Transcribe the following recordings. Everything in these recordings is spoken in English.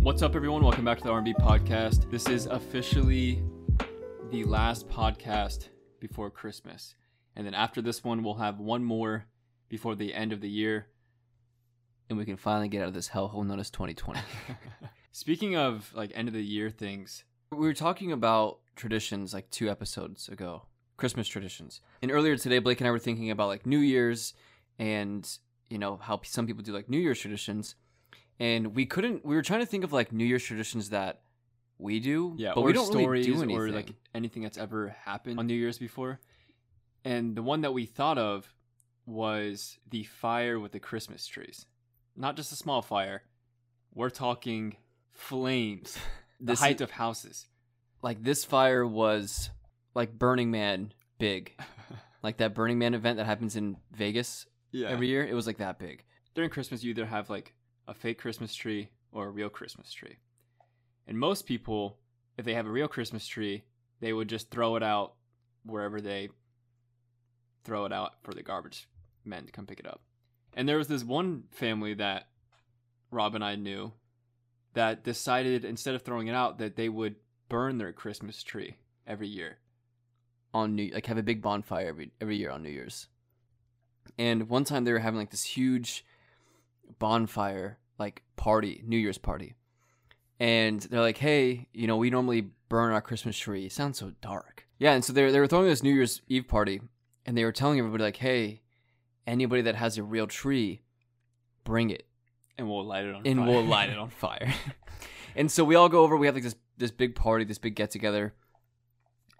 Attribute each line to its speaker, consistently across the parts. Speaker 1: What's up, everyone? Welcome back to the R&B podcast. This is officially the last podcast before Christmas, and then after this one, we'll have one more before the end of the year.
Speaker 2: and we can finally get out of this hellhole known as 2020.
Speaker 1: Speaking of like end of the year things,
Speaker 2: we were talking about traditions like two episodes ago, Christmas traditions. And earlier today, Blake and I were thinking about like New Year's and, you know, how some people do like New Year's traditions. And we couldn't, we were trying to think of like New Year's traditions that we do,
Speaker 1: yeah,
Speaker 2: but
Speaker 1: or
Speaker 2: we don't really
Speaker 1: stories
Speaker 2: do anything.
Speaker 1: or like anything that's ever happened on New Year's before. And the one that we thought of was the fire with the Christmas trees, not just a small fire. We're talking flames, the
Speaker 2: This
Speaker 1: height
Speaker 2: is-
Speaker 1: of houses.
Speaker 2: like this fire was like Burning Man big. like that Burning Man event that happens in Vegas
Speaker 1: Yeah.
Speaker 2: every year, it was like that big.
Speaker 1: during Christmas, you either have like a fake Christmas tree or a real Christmas tree. And most people, if they have a real Christmas tree, they would just throw it out wherever they throw it out for the garbage men to come pick it up. And there was this one family that Rob and I knew that decided instead of throwing it out that they would burn their Christmas tree every year.
Speaker 2: on New like have a big bonfire every every year on New Year's. And one time they were having like this huge bonfire like party, New Year's party. And they're like, "Hey, you know, we normally burn our Christmas tree. It sounds so dark." Yeah, and so they they were throwing this New Year's Eve party and they were telling everybody like, "Hey, anybody that has a real tree, bring it."
Speaker 1: And we'll light it on
Speaker 2: and
Speaker 1: fire.
Speaker 2: we'll light it on fire. and so we all go over. We have like this this big party, this big get together,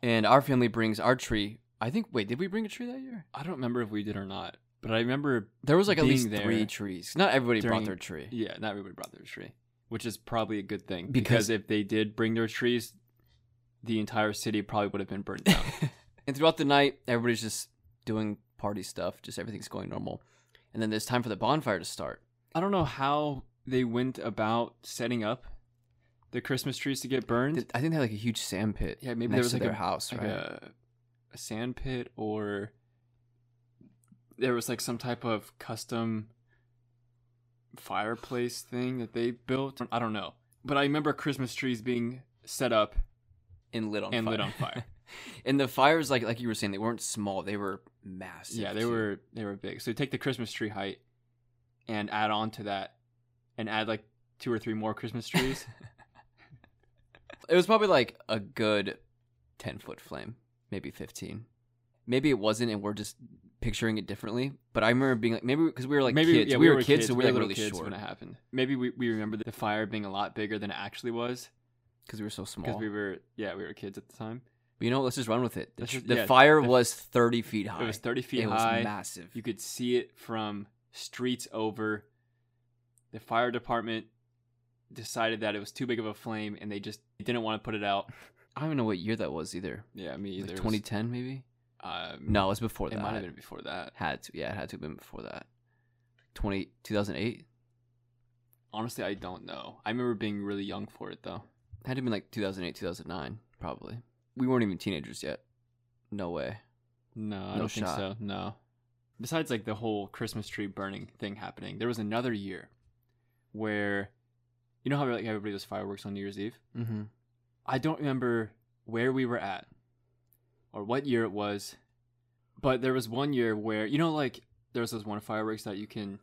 Speaker 2: and our family brings our tree. I think. Wait, did we bring a tree that year?
Speaker 1: I don't remember if we did or not, but I remember
Speaker 2: There was like at
Speaker 1: Being
Speaker 2: least
Speaker 1: there
Speaker 2: three trees. Not everybody
Speaker 1: during-
Speaker 2: brought their tree.
Speaker 1: Yeah, not everybody brought their tree, which is probably a good thing because,
Speaker 2: Because-
Speaker 1: if they did bring their trees, the entire city probably would have been burnt down.
Speaker 2: And throughout the night, everybody's just doing party stuff. Just everything's going normal. And then there's time for the bonfire to start.
Speaker 1: I don't know how they went about setting up the Christmas trees to get burned.
Speaker 2: Th- I think they had like a huge sand pit.
Speaker 1: Yeah, maybe
Speaker 2: next
Speaker 1: there was
Speaker 2: to
Speaker 1: like
Speaker 2: their
Speaker 1: a-
Speaker 2: house,
Speaker 1: like
Speaker 2: right?
Speaker 1: a, a sand pit or there was like some type of custom fireplace thing that they built. I don't know. But I remember Christmas trees being set up
Speaker 2: and lit on
Speaker 1: and
Speaker 2: fire.
Speaker 1: lit on fire.
Speaker 2: and the fires, like like you were saying, they weren't small. They were massive.
Speaker 1: Yeah, they
Speaker 2: too.
Speaker 1: were they were big. So take the Christmas tree height and add on to that and add like two or three more Christmas trees.
Speaker 2: It was probably like a good 10 foot flame, maybe 15. Maybe it wasn't, and we're just picturing it differently. But I remember being like, maybe because we were like
Speaker 1: Maybe
Speaker 2: kids.
Speaker 1: yeah,
Speaker 2: we, were, kids, so we were
Speaker 1: like,
Speaker 2: literally
Speaker 1: kids
Speaker 2: short
Speaker 1: when it happened. Maybe we, we remember the fire being a lot bigger than it actually was
Speaker 2: because we were so small.
Speaker 1: because we were yeah we were kids at the time.
Speaker 2: but you know, what? let's just run with it. The,
Speaker 1: Let's
Speaker 2: tr-
Speaker 1: just-
Speaker 2: the
Speaker 1: yeah,
Speaker 2: fire
Speaker 1: the-
Speaker 2: was 30 feet high.
Speaker 1: It was thirty feet
Speaker 2: It was
Speaker 1: high.
Speaker 2: massive.
Speaker 1: You could see it from streets over. The fire department decided that it was too big of a flame and they just didn't want to put it out.
Speaker 2: I don't even know what year that was either.
Speaker 1: Yeah, me
Speaker 2: Like
Speaker 1: either. It was,
Speaker 2: 2010, maybe?
Speaker 1: Um,
Speaker 2: No, it was before
Speaker 1: it
Speaker 2: that.
Speaker 1: might have been before that.
Speaker 2: Had to, yeah, it had to have been before that. 20, 2008?
Speaker 1: Honestly, I don't know. I remember being really young for it though.
Speaker 2: had to have been like 2008, 2009, probably. We weren't even teenagers yet. No way.
Speaker 1: No, I
Speaker 2: No
Speaker 1: don't
Speaker 2: shot.
Speaker 1: think so. No. Besides like the whole Christmas tree burning thing happening, there was another year where you know how like everybody does fireworks on New Year's Eve?
Speaker 2: Mm-hmm.
Speaker 1: I don't remember where we were at or what year it was, but there was one year where you know like there's those one fireworks that you can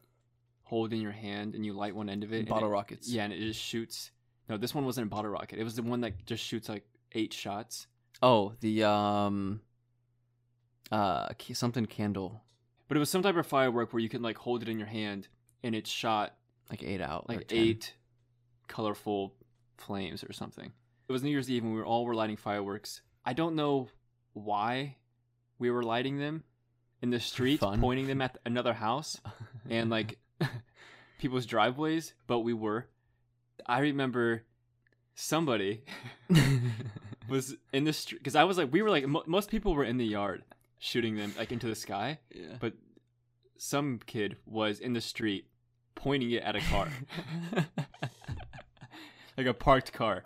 Speaker 1: hold in your hand and you light one end of it and
Speaker 2: Bottle
Speaker 1: it-
Speaker 2: rockets.
Speaker 1: Yeah, and it just shoots. No, this one wasn't a bottle rocket. It was the one that just shoots like eight shots.
Speaker 2: Oh, the um, uh, ca- something candle,
Speaker 1: But it was some type of firework where you can like hold it in your hand and it shot
Speaker 2: like eight out, or
Speaker 1: like
Speaker 2: 10.
Speaker 1: eight colorful flames or something. It was New Year's Eve and we were all were lighting fireworks. I don't know why we were lighting them in the street,
Speaker 2: Fun.
Speaker 1: pointing them at another house and like people's driveways, but we were. I remember somebody was in the street because I was like, we were like, mo most people were in the yard shooting them like into the sky
Speaker 2: yeah.
Speaker 1: but some kid was in the street pointing it at a car, like a parked car.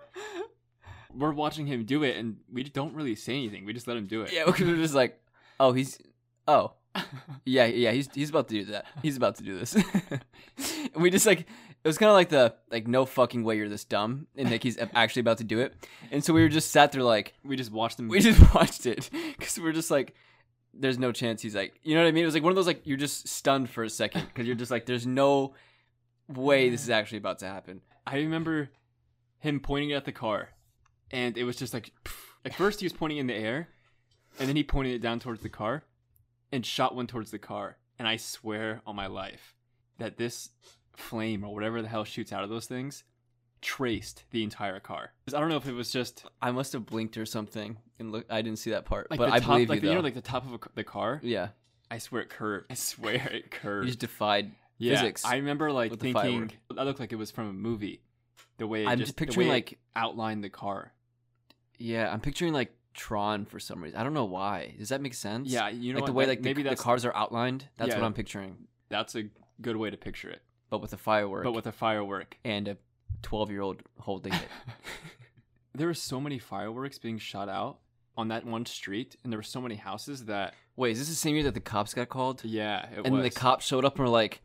Speaker 1: We're watching him do it, and we don't really say anything. We just let him do it.
Speaker 2: yeah, because we're just like, oh, he's, oh, yeah, yeah, he's he's about to do that. He's about to do this. and we just like It was kind of like the like no fucking way you're this dumb, and like he's actually about to do it. And so we were just sat there like
Speaker 1: We just watched the
Speaker 2: we
Speaker 1: movie.
Speaker 2: just watched it because we are just like there's no chance he's like you know what i mean it was like one of those like you're just stunned for a second because you're just like there's no way this is actually about to happen
Speaker 1: I remember him pointing at the car, and it was just like, at first he was pointing in the air, and then he pointed it down towards the car, and shot one towards the car. And I swear on my life that this flame or whatever the hell shoots out of those things traced the entire car. 'Cause I don't know if it was just
Speaker 2: i must have blinked or something and look i didn't see that part
Speaker 1: like
Speaker 2: but
Speaker 1: the
Speaker 2: i
Speaker 1: top,
Speaker 2: believe
Speaker 1: like
Speaker 2: you
Speaker 1: the,
Speaker 2: though.
Speaker 1: you know, like the top of a, the car.
Speaker 2: yeah
Speaker 1: I swear it curved. I swear it
Speaker 2: you
Speaker 1: curved.
Speaker 2: just defied
Speaker 1: yeah,
Speaker 2: physics
Speaker 1: I remember like
Speaker 2: with the
Speaker 1: thinking that looked like it was from a movie. The way it
Speaker 2: i'm
Speaker 1: just,
Speaker 2: just picturing
Speaker 1: the way it
Speaker 2: like
Speaker 1: outlined the car.
Speaker 2: yeah i'm picturing like tron for some reason i don't know why does that make sense
Speaker 1: Yeah, you know
Speaker 2: like the
Speaker 1: what?
Speaker 2: way
Speaker 1: That-
Speaker 2: like the,
Speaker 1: maybe
Speaker 2: the
Speaker 1: that's
Speaker 2: cars are outlined that's what
Speaker 1: Yeah.
Speaker 2: i'm picturing
Speaker 1: that's a good way to picture it,
Speaker 2: but with a firework
Speaker 1: but with a firework.
Speaker 2: and a 12 year old holding it
Speaker 1: There were so many fireworks being shot out on that one street, and there were so many houses that
Speaker 2: wait is this the same year that the cops got called
Speaker 1: yeah, it
Speaker 2: and
Speaker 1: was.
Speaker 2: the cops showed up and were like,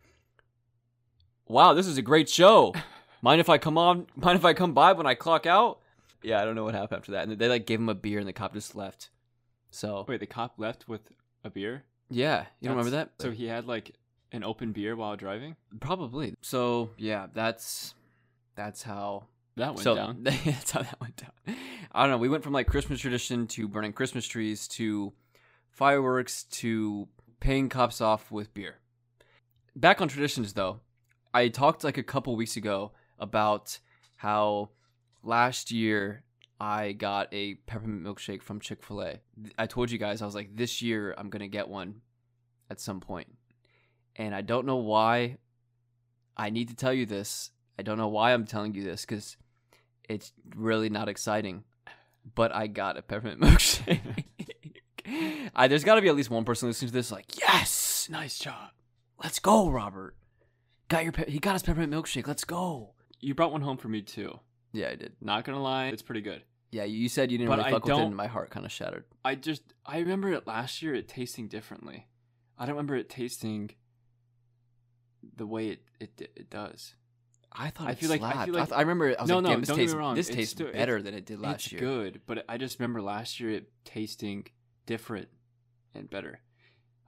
Speaker 2: "Wow, this is a great show. Mind if I come on? Mind if I come by when I clock out?" Yeah, I don't know what happened after that. And they like gave him a beer, and the cop just left. So
Speaker 1: Wait, the cop left with a beer.
Speaker 2: yeah, you don't remember that?
Speaker 1: So he had like an open beer while driving.
Speaker 2: probably. So yeah, that's that's how
Speaker 1: That went
Speaker 2: so
Speaker 1: down.
Speaker 2: that's how that went down. I don't know. We went from like Christmas tradition to burning Christmas trees to fireworks to paying cops off with beer. Back on traditions though, I talked like a couple weeks ago about how last year I got a peppermint milkshake from Chick fil A. I told you guys, I was like, this year I'm going to get one at some point. And I don't know why I need to tell you this. I don't know why I'm telling you this because it's really not exciting. But I got a peppermint milkshake. I, there's got to be at least one person listening to this, like, yes,
Speaker 1: Nice job.
Speaker 2: let's go, Robert. Got your pe- he got his peppermint milkshake. Let's go.
Speaker 1: You brought one home for me too.
Speaker 2: Yeah, I did.
Speaker 1: Not gonna lie, it's pretty good.
Speaker 2: Yeah, you said you didn't
Speaker 1: But
Speaker 2: really
Speaker 1: I
Speaker 2: fuck with it,
Speaker 1: don't-
Speaker 2: and my heart kind of shattered.
Speaker 1: I just I remember it last year it tasting differently. I don't remember it tasting the way it it, it does.
Speaker 2: I thought
Speaker 1: I
Speaker 2: it
Speaker 1: feel like- I
Speaker 2: slapped. I,
Speaker 1: feel like-
Speaker 2: th- I remember. it- I was
Speaker 1: No,
Speaker 2: like,
Speaker 1: no,
Speaker 2: damn, this
Speaker 1: don't get me
Speaker 2: tastes,
Speaker 1: wrong,
Speaker 2: this
Speaker 1: it's
Speaker 2: tastes
Speaker 1: still- it's-
Speaker 2: better than it did last
Speaker 1: it's
Speaker 2: year.
Speaker 1: good, but I just remember last year it tasting different and better.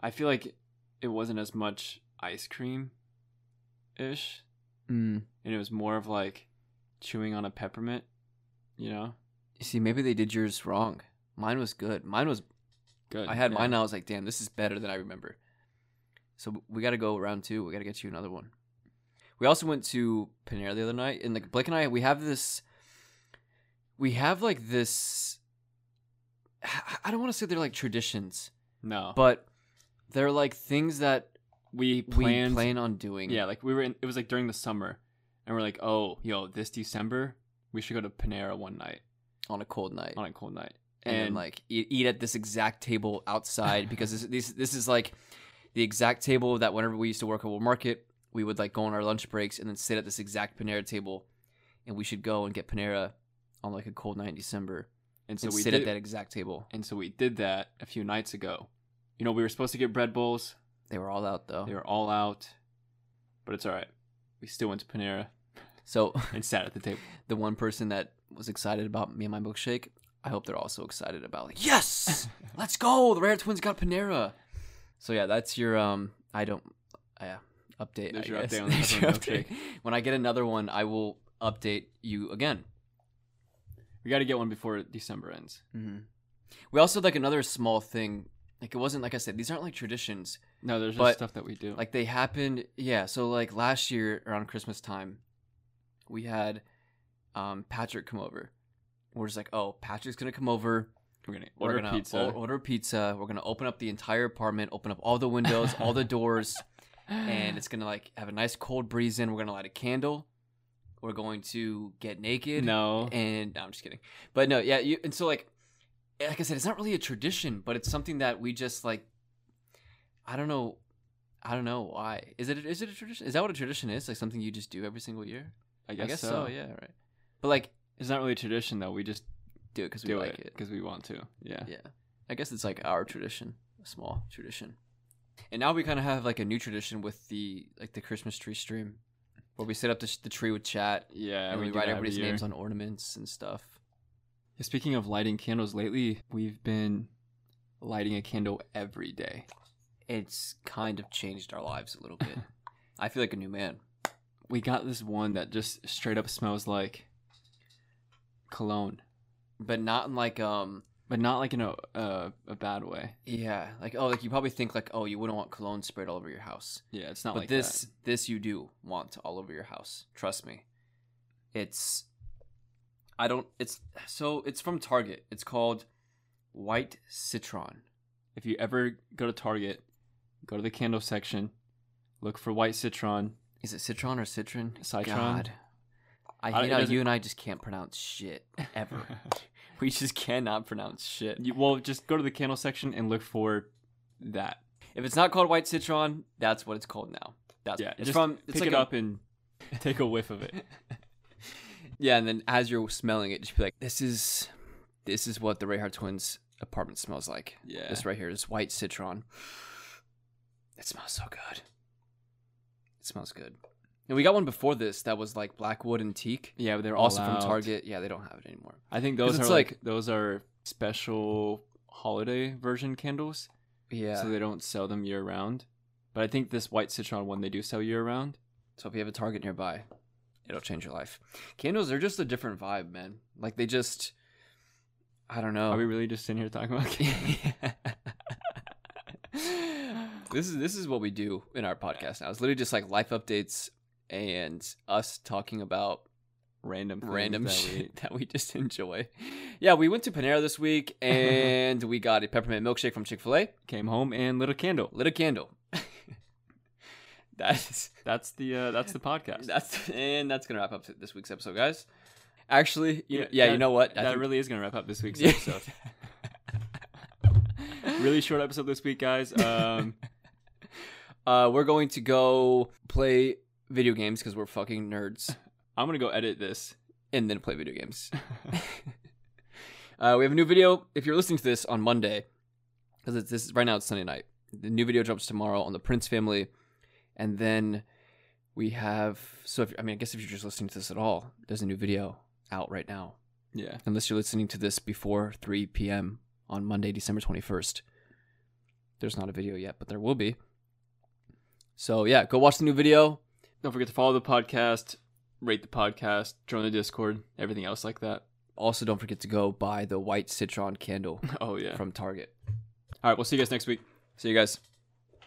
Speaker 1: I feel like it wasn't as much ice cream ish,
Speaker 2: Mm.
Speaker 1: and it was more of like chewing on a peppermint, you know?
Speaker 2: You See, maybe they did yours wrong. Mine was good. Mine was.
Speaker 1: Good.
Speaker 2: I had
Speaker 1: yeah.
Speaker 2: mine. And I was like, damn, this is better than I remember. So we got to go round two. We got to get you another one. We also went to Panera the other night, and like Blake and I, we have this. We have like this. I- I don't want to say they're like traditions,
Speaker 1: No. But
Speaker 2: but they're like things that
Speaker 1: we
Speaker 2: we
Speaker 1: planned
Speaker 2: plan on doing.
Speaker 1: Yeah, like we were in it was like during the summer and we're like, "Oh, yo, this December we should go to Panera one night
Speaker 2: on a cold night.
Speaker 1: on a cold night."
Speaker 2: and,
Speaker 1: Mm-hmm.
Speaker 2: then, like eat, eat at this exact table outside because this, this this is like the exact table that whenever we used to work at World Market, we would like go on our lunch breaks and then sit at this exact Panera table, and we should go and get Panera on like a cold night in December
Speaker 1: and so
Speaker 2: and
Speaker 1: we
Speaker 2: sit
Speaker 1: did
Speaker 2: at that exact table.
Speaker 1: and so we did that a few nights ago. You know, we were supposed to get bread bowls.
Speaker 2: They were all out though,
Speaker 1: They were all out, but it's all right. We still went to Panera
Speaker 2: so
Speaker 1: and sat at the table.
Speaker 2: the one person that was excited about me and my milkshake, I hope they're also excited about like yes, let's go. The Rare Twins got Panera. So yeah, that's your um. I don't. uh, Yeah, update.
Speaker 1: There's
Speaker 2: I
Speaker 1: your
Speaker 2: guess.
Speaker 1: update on the
Speaker 2: There's your
Speaker 1: peppermint
Speaker 2: update. When I get another one, I will update you again.
Speaker 1: We got to get one before December ends.
Speaker 2: Mm-hmm. We also had, like another small thing. Like it wasn't like I said. These aren't like traditions.
Speaker 1: No, there's just
Speaker 2: But,
Speaker 1: stuff that we do.
Speaker 2: Like they happened, yeah. So like last year around Christmas time, we had um, Patrick come over. We're just like, oh, Patrick's gonna come over.
Speaker 1: we're gonna
Speaker 2: We're
Speaker 1: order
Speaker 2: gonna
Speaker 1: pizza.
Speaker 2: o- order pizza. We're gonna open up the entire apartment, open up all the windows, all the doors, and it's gonna like have a nice cold breeze in. We're gonna light a candle. We're going to get naked.
Speaker 1: no,
Speaker 2: And no, I'm just kidding. But no, yeah, you and so like like I said, it's not really a tradition, but it's something that we just like I don't know I don't know why. Is it is it a tradition? Is that what a tradition is? Like something you just do every single year?
Speaker 1: I guess, so. Yeah,
Speaker 2: yeah, right. But like
Speaker 1: it's not really a tradition though. We just
Speaker 2: do it cuz we
Speaker 1: do
Speaker 2: like
Speaker 1: it
Speaker 2: it.
Speaker 1: because we want to. Yeah.
Speaker 2: Yeah. I guess it's like our tradition, a small tradition. And now we kind of have like a new tradition with the like the Christmas tree stream where we set up the, sh- the tree with chat
Speaker 1: Yeah,
Speaker 2: and we,
Speaker 1: do
Speaker 2: write
Speaker 1: that every
Speaker 2: everybody's
Speaker 1: year.
Speaker 2: names on ornaments and stuff.
Speaker 1: Yeah, Speaking of lighting candles, lately we've been lighting a candle every day.
Speaker 2: It's kind of changed our lives a little bit. I feel like a new man.
Speaker 1: We got this one that just straight up smells like cologne,
Speaker 2: But not in like um
Speaker 1: but not like in a uh, a bad way.
Speaker 2: yeah, like oh like you probably think like oh you wouldn't want cologne sprayed all over your house.
Speaker 1: Yeah, it's not
Speaker 2: but
Speaker 1: like
Speaker 2: this
Speaker 1: that.
Speaker 2: this you do want all over your house. Trust me. It's I don't it's so it's from Target. It's called White Citron.
Speaker 1: If you ever go to Target, go to the candle section, look for white citron.
Speaker 2: Is it Citron or Citron?
Speaker 1: Citron.
Speaker 2: I
Speaker 1: I-
Speaker 2: hate
Speaker 1: it
Speaker 2: how
Speaker 1: doesn't-
Speaker 2: you and I just can't pronounce shit ever. we just cannot pronounce shit.
Speaker 1: You- well, just go to the candle section and look for that.
Speaker 2: If it's not called White Citron, that's what it's called now. That's
Speaker 1: Yeah,
Speaker 2: it's
Speaker 1: just
Speaker 2: from
Speaker 1: Pick
Speaker 2: it's like
Speaker 1: it
Speaker 2: a-
Speaker 1: up and take a whiff of it.
Speaker 2: Yeah, and then as you're smelling it, just be like, "This is, this is what the Rayhard twins' apartment smells like.
Speaker 1: Yeah.
Speaker 2: This right here, this white citron. It smells so good. It smells good. And we got one before this that was like blackwood and teak,
Speaker 1: Yeah, but they're
Speaker 2: also
Speaker 1: all out.
Speaker 2: from Target. Yeah, they don't have it anymore.
Speaker 1: I think those are
Speaker 2: it's
Speaker 1: like,
Speaker 2: like-
Speaker 1: those are special holiday version candles,
Speaker 2: Yeah.
Speaker 1: so they don't sell them year round. But I think this white citron one they do sell year round.
Speaker 2: So if you have a Target nearby, it'll change your life. Candles, they're just a different vibe, man. Like they just, I don't know.
Speaker 1: Are we really just sitting here talking about? candles?
Speaker 2: this is this is what we do in our podcast now. It's literally just like life updates and us talking about
Speaker 1: Random, things
Speaker 2: random
Speaker 1: that we
Speaker 2: shit
Speaker 1: ate.
Speaker 2: that we just enjoy. Yeah, we went to Panera this week and we got a peppermint milkshake from Chick Fil A.
Speaker 1: Came home and lit a candle.
Speaker 2: Lit a candle. that's
Speaker 1: That's the uh, that's the podcast.
Speaker 2: that's and that's gonna wrap up this week's episode, guys. Actually, you,
Speaker 1: Yeah,
Speaker 2: yeah,
Speaker 1: that-
Speaker 2: you know what? I
Speaker 1: that
Speaker 2: think-
Speaker 1: really is gonna wrap up this week's
Speaker 2: Yeah.
Speaker 1: episode. really short episode this week, guys. Um,
Speaker 2: uh, we're going to go play video games because we're fucking nerds.
Speaker 1: I'm gonna go edit this.
Speaker 2: and then play video games. uh, we have a new video. If you're listening to this on Monday, because it's this right now it's Sunday night. The new video drops tomorrow on the Prince family, and then we have. So if, I mean, I guess if you're just listening to this at all, there's a new video out right now.
Speaker 1: Yeah,
Speaker 2: Unless you're listening to this before 3 p.m. on Monday, December 21st, there's not a video yet, but there will be. So yeah, go watch the new video.
Speaker 1: don't forget to follow the podcast, rate the podcast, join the Discord, everything else like that.
Speaker 2: Also, don't forget to go buy the white citron candle
Speaker 1: Oh yeah.
Speaker 2: from Target.
Speaker 1: All right, we'll see you guys next week.
Speaker 2: See you guys.